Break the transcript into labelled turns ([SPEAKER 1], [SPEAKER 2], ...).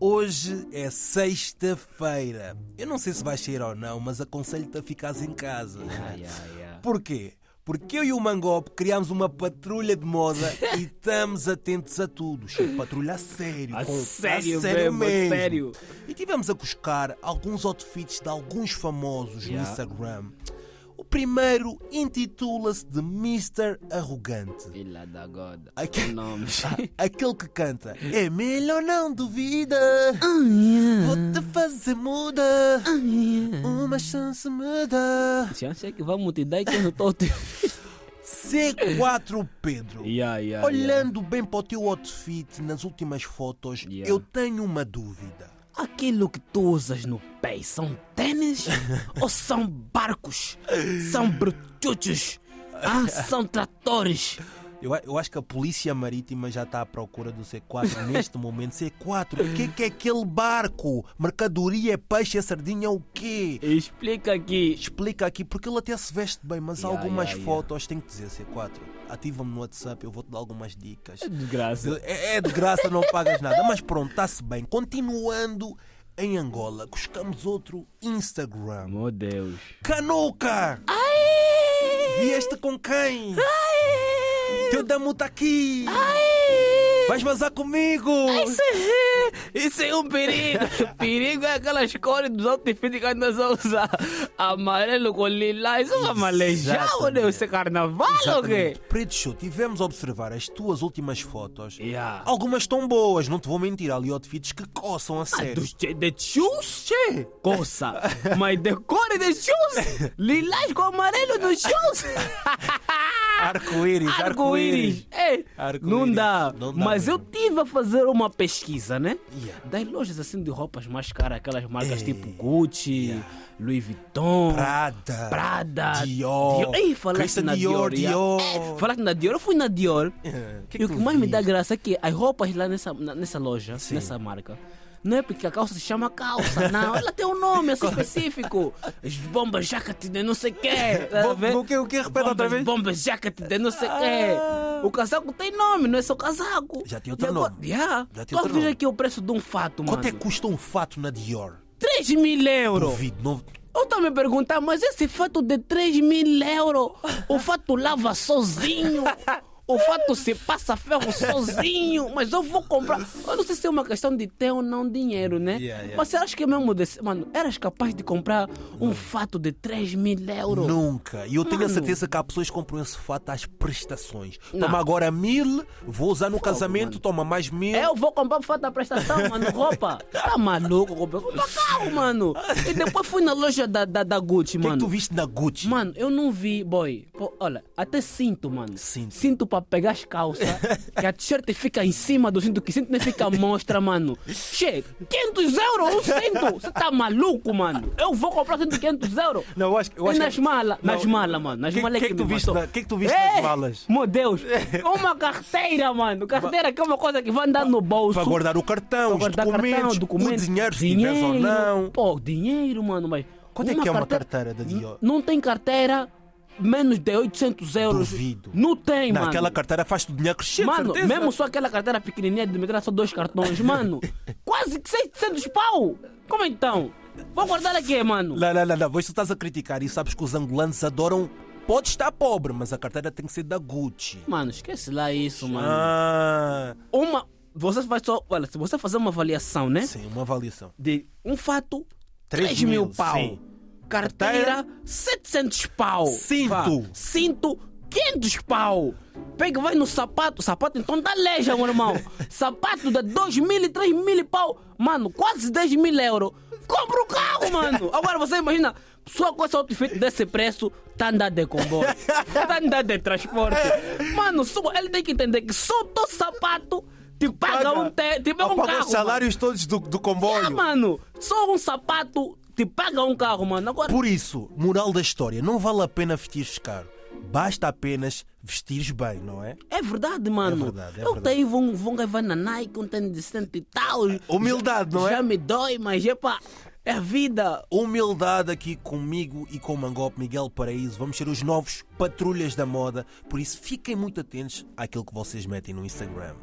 [SPEAKER 1] Hoje é sexta-feira. Eu não sei se vais sair ou não, mas aconselho-te a ficares em casa.
[SPEAKER 2] Ai, ai, ai.
[SPEAKER 1] Porquê? Porque eu e o Mangop criámos uma patrulha de moda e estamos atentos a tudo. Chico, patrulha a sério.
[SPEAKER 2] A
[SPEAKER 1] com-
[SPEAKER 2] sério
[SPEAKER 1] a sério
[SPEAKER 2] mesmo, a sério.
[SPEAKER 1] E tivemos a buscar alguns outfits de alguns famosos
[SPEAKER 2] Yeah.
[SPEAKER 1] no Instagram. O primeiro intitula-se de Mr. Arrogante.
[SPEAKER 2] Filha da God.
[SPEAKER 1] Ai, que-
[SPEAKER 2] O nome.
[SPEAKER 1] Aquele que canta É melhor não duvida Vou-te fazer muda Uma chance me dá
[SPEAKER 2] Chance é que vamos te dar quando estou te.
[SPEAKER 1] C4 Pedro
[SPEAKER 2] Ya, ya, ya.
[SPEAKER 1] Olhando bem para o teu outfit nas últimas fotos
[SPEAKER 2] Yeah.
[SPEAKER 1] Eu tenho uma dúvida
[SPEAKER 2] Aquilo que tu usas no pé são tênis ou são barcos? São brutuchos? Ah, são tratores?
[SPEAKER 1] eu, a- eu acho que a polícia marítima já está à procura do C4 neste momento. C4, o que é, que é aquele barco? Mercadoria, é peixe, é sardinha, é o quê?
[SPEAKER 2] Explica aqui.
[SPEAKER 1] explica aqui, porque ele até se veste bem, mas há
[SPEAKER 2] Yeah,
[SPEAKER 1] algumas
[SPEAKER 2] yeah, yeah.
[SPEAKER 1] fotos, tenho que dizer, C4. Ativa-me no WhatsApp, eu vou-te dar algumas dicas.
[SPEAKER 2] Desgraça.
[SPEAKER 1] É, é de graça, não pagas nada, mas pronto, está-se bem. Continuando em Angola, buscamos outro Instagram.
[SPEAKER 2] Meu Deus.
[SPEAKER 1] Canuca! Vieste com quem? Teu damo está aqui! Vais vazar comigo!
[SPEAKER 2] Isso é um perigo. perigo é aquelas cores dos outfits que andas a usar. Amarelo com lilás. Isso é vai malejar, meu
[SPEAKER 1] Exatamente.
[SPEAKER 2] Deus. Isso é carnaval ou quê?
[SPEAKER 1] Exatamente. Preto Show, tivemos a observar as tuas últimas fotos.
[SPEAKER 2] Yeah.
[SPEAKER 1] Algumas estão boas, não te vou mentir. Há ali outfits que coçam a
[SPEAKER 2] Ah,
[SPEAKER 1] sério.
[SPEAKER 2] dos che- de shoes, che, coça. Mas de cor de shoes, lilás com amarelo dos shoes.
[SPEAKER 1] Arco-íris,
[SPEAKER 2] Arco-íris. Ei,
[SPEAKER 1] Arco-íris.
[SPEAKER 2] Não dá.
[SPEAKER 1] Não dá
[SPEAKER 2] Mas eu
[SPEAKER 1] mesmo.
[SPEAKER 2] tive a fazer uma pesquisa, né?
[SPEAKER 1] Yeah.
[SPEAKER 2] Das lojas assim de roupas mais caras, aquelas marcas
[SPEAKER 1] Ei.
[SPEAKER 2] tipo Gucci, Louis Vuitton.
[SPEAKER 1] Prada.
[SPEAKER 2] Prada,
[SPEAKER 1] Dior.
[SPEAKER 2] Ei, falaste
[SPEAKER 1] Christian
[SPEAKER 2] na
[SPEAKER 1] Dior,
[SPEAKER 2] Dior, yeah.
[SPEAKER 1] Dior.
[SPEAKER 2] Falaste na Dior, eu fui na Dior.
[SPEAKER 1] É, que
[SPEAKER 2] e o
[SPEAKER 1] tu
[SPEAKER 2] que mais me
[SPEAKER 1] viste?
[SPEAKER 2] dá graça é que as roupas lá nessa, na- nessa loja, nessa marca, não é porque a calça se chama calça, não. Ela tem um nome assim específico. As bombas jacket de não sei o quê. tá a
[SPEAKER 1] Bom,
[SPEAKER 2] ver?
[SPEAKER 1] o quê? O quê? Repete outra
[SPEAKER 2] bombas,
[SPEAKER 1] vez.
[SPEAKER 2] Bombas jacket de não sei o
[SPEAKER 1] Ah.
[SPEAKER 2] quê. O casaco tem nome, não é só casaco.
[SPEAKER 1] Já tem outro
[SPEAKER 2] E agora-
[SPEAKER 1] nome.
[SPEAKER 2] Yeah.
[SPEAKER 1] Já tem
[SPEAKER 2] tu
[SPEAKER 1] outro
[SPEAKER 2] veja
[SPEAKER 1] nome.
[SPEAKER 2] aqui o preço de um fato,
[SPEAKER 1] Quanto é que
[SPEAKER 2] mano.
[SPEAKER 1] custa um fato na Dior?
[SPEAKER 2] 3 mil euros.
[SPEAKER 1] Duvido, não...
[SPEAKER 2] Eu estava me perguntar, mas esse fato de 3 mil euros, o fato lava sozinho, o fato se passa ferro sozinho, mas eu vou comprar. Eu não sei se é uma questão de ter ou não dinheiro, né?
[SPEAKER 1] Yeah, yeah.
[SPEAKER 2] Mas você acha que mesmo desse. Mano, eras capaz de comprar um fato de 3 mil euros?
[SPEAKER 1] Nunca. E eu tenho a
[SPEAKER 2] Mano.
[SPEAKER 1] certeza que há pessoas que compram esse fato às prestações.
[SPEAKER 2] Não.
[SPEAKER 1] Toma agora mil, vou usar no casamento,
[SPEAKER 2] mano. É
[SPEAKER 1] toma mais mil.
[SPEAKER 2] Eu vou comprar por falta da prestação, mano, roupa. Tá maluco, comprei comprar um carro, mano. E depois fui na loja da, da, da Gucci,
[SPEAKER 1] O que é que
[SPEAKER 2] mano.
[SPEAKER 1] tu viste na Gucci?
[SPEAKER 2] Mano, eu não vi, boy. Pô, olha, até cinto, mano.
[SPEAKER 1] Cinto.
[SPEAKER 2] Cinto pra pegar as calças. que a t-shirt fica em cima do cinto, que cinto nem fica à mostra, mano. Che, 500 euros um cinto. Você tá maluco, mano? Eu vou comprar cinto de 500 euros.
[SPEAKER 1] Não, eu acho que- eu
[SPEAKER 2] e
[SPEAKER 1] acho que-
[SPEAKER 2] nas malas, nas
[SPEAKER 1] Não.
[SPEAKER 2] malas, mano. Nas
[SPEAKER 1] Que-
[SPEAKER 2] malas
[SPEAKER 1] que é que
[SPEAKER 2] me
[SPEAKER 1] tu viste
[SPEAKER 2] matou.
[SPEAKER 1] na- que é que tu viste nas
[SPEAKER 2] Ei,
[SPEAKER 1] malas?
[SPEAKER 2] Meu Deus, uma carteira, mano. Carteira que é uma coisa que vai andar no bolso.
[SPEAKER 1] Para guardar o cartão,
[SPEAKER 2] Pra
[SPEAKER 1] os
[SPEAKER 2] guardar
[SPEAKER 1] documentos,
[SPEAKER 2] cartão, documentos.
[SPEAKER 1] o dinheiro, se tiveres ou não.
[SPEAKER 2] Pô, dinheiro, mano, mas.
[SPEAKER 1] Quanto é que é uma carteira da
[SPEAKER 2] N-
[SPEAKER 1] Dior?
[SPEAKER 2] Não tem carteira menos de 800 euros.
[SPEAKER 1] Duvido.
[SPEAKER 2] Não tem, mano.
[SPEAKER 1] Naquela carteira faz o dinheiro crescer, de
[SPEAKER 2] Mano,
[SPEAKER 1] certeza.
[SPEAKER 2] mesmo só aquela carteira pequenininha de meter só dois cartões, mano. quase que 600 pau. Como então? Vou guardar aqui, mano.
[SPEAKER 1] Não, não, não, não. Pois tu estás a criticar e sabes que os angolanos adoram. Pode estar pobre, mas a carteira tem que ser da Gucci.
[SPEAKER 2] Mano, esquece lá isso, mano.
[SPEAKER 1] Ah,
[SPEAKER 2] Uma. Você vai só. Olha, se você fazer uma avaliação, né?
[SPEAKER 1] sim, uma avaliação.
[SPEAKER 2] de um fato,
[SPEAKER 1] Três
[SPEAKER 2] 3 mil
[SPEAKER 1] mil,
[SPEAKER 2] pau.
[SPEAKER 1] sim.
[SPEAKER 2] Carteira, 700 pau.
[SPEAKER 1] Cinto.
[SPEAKER 2] Vá, Cinto, 500 pau. Pega, vai no sapato. Sapato então dá leja, meu irmão. sapato dá 2 mil e 3 mil e pau. Mano, quase 10 mil euros. Compra o carro, mano. Agora você imagina, só com esse outfit desse preço, tá andando de comboio. tá andando de transporte. Mano, só- ele tem que entender que só o teu sapato te paga, um, te, te paga um
[SPEAKER 1] Apaga
[SPEAKER 2] carro.
[SPEAKER 1] os salários todos do, do comboio.
[SPEAKER 2] Ah, mano, só um sapato te paga um carro, mano. Agora,
[SPEAKER 1] Por isso, moral da história, não vale a pena vestires caro. Basta apenas vestires bem, não é?
[SPEAKER 2] é verdade, mano.
[SPEAKER 1] É verdade, é
[SPEAKER 2] eu
[SPEAKER 1] verdade.
[SPEAKER 2] tenho um, um que vai na Nike, um tênis de cento e tal.
[SPEAKER 1] Humildade, não é?
[SPEAKER 2] Já me dói, mas epa, é vida.
[SPEAKER 1] Humildade aqui comigo e com o Mangop Miguel Paraíso. Vamos ser os novos patrulhas da moda. Por isso, fiquem muito atentos àquilo que vocês metem no Instagram.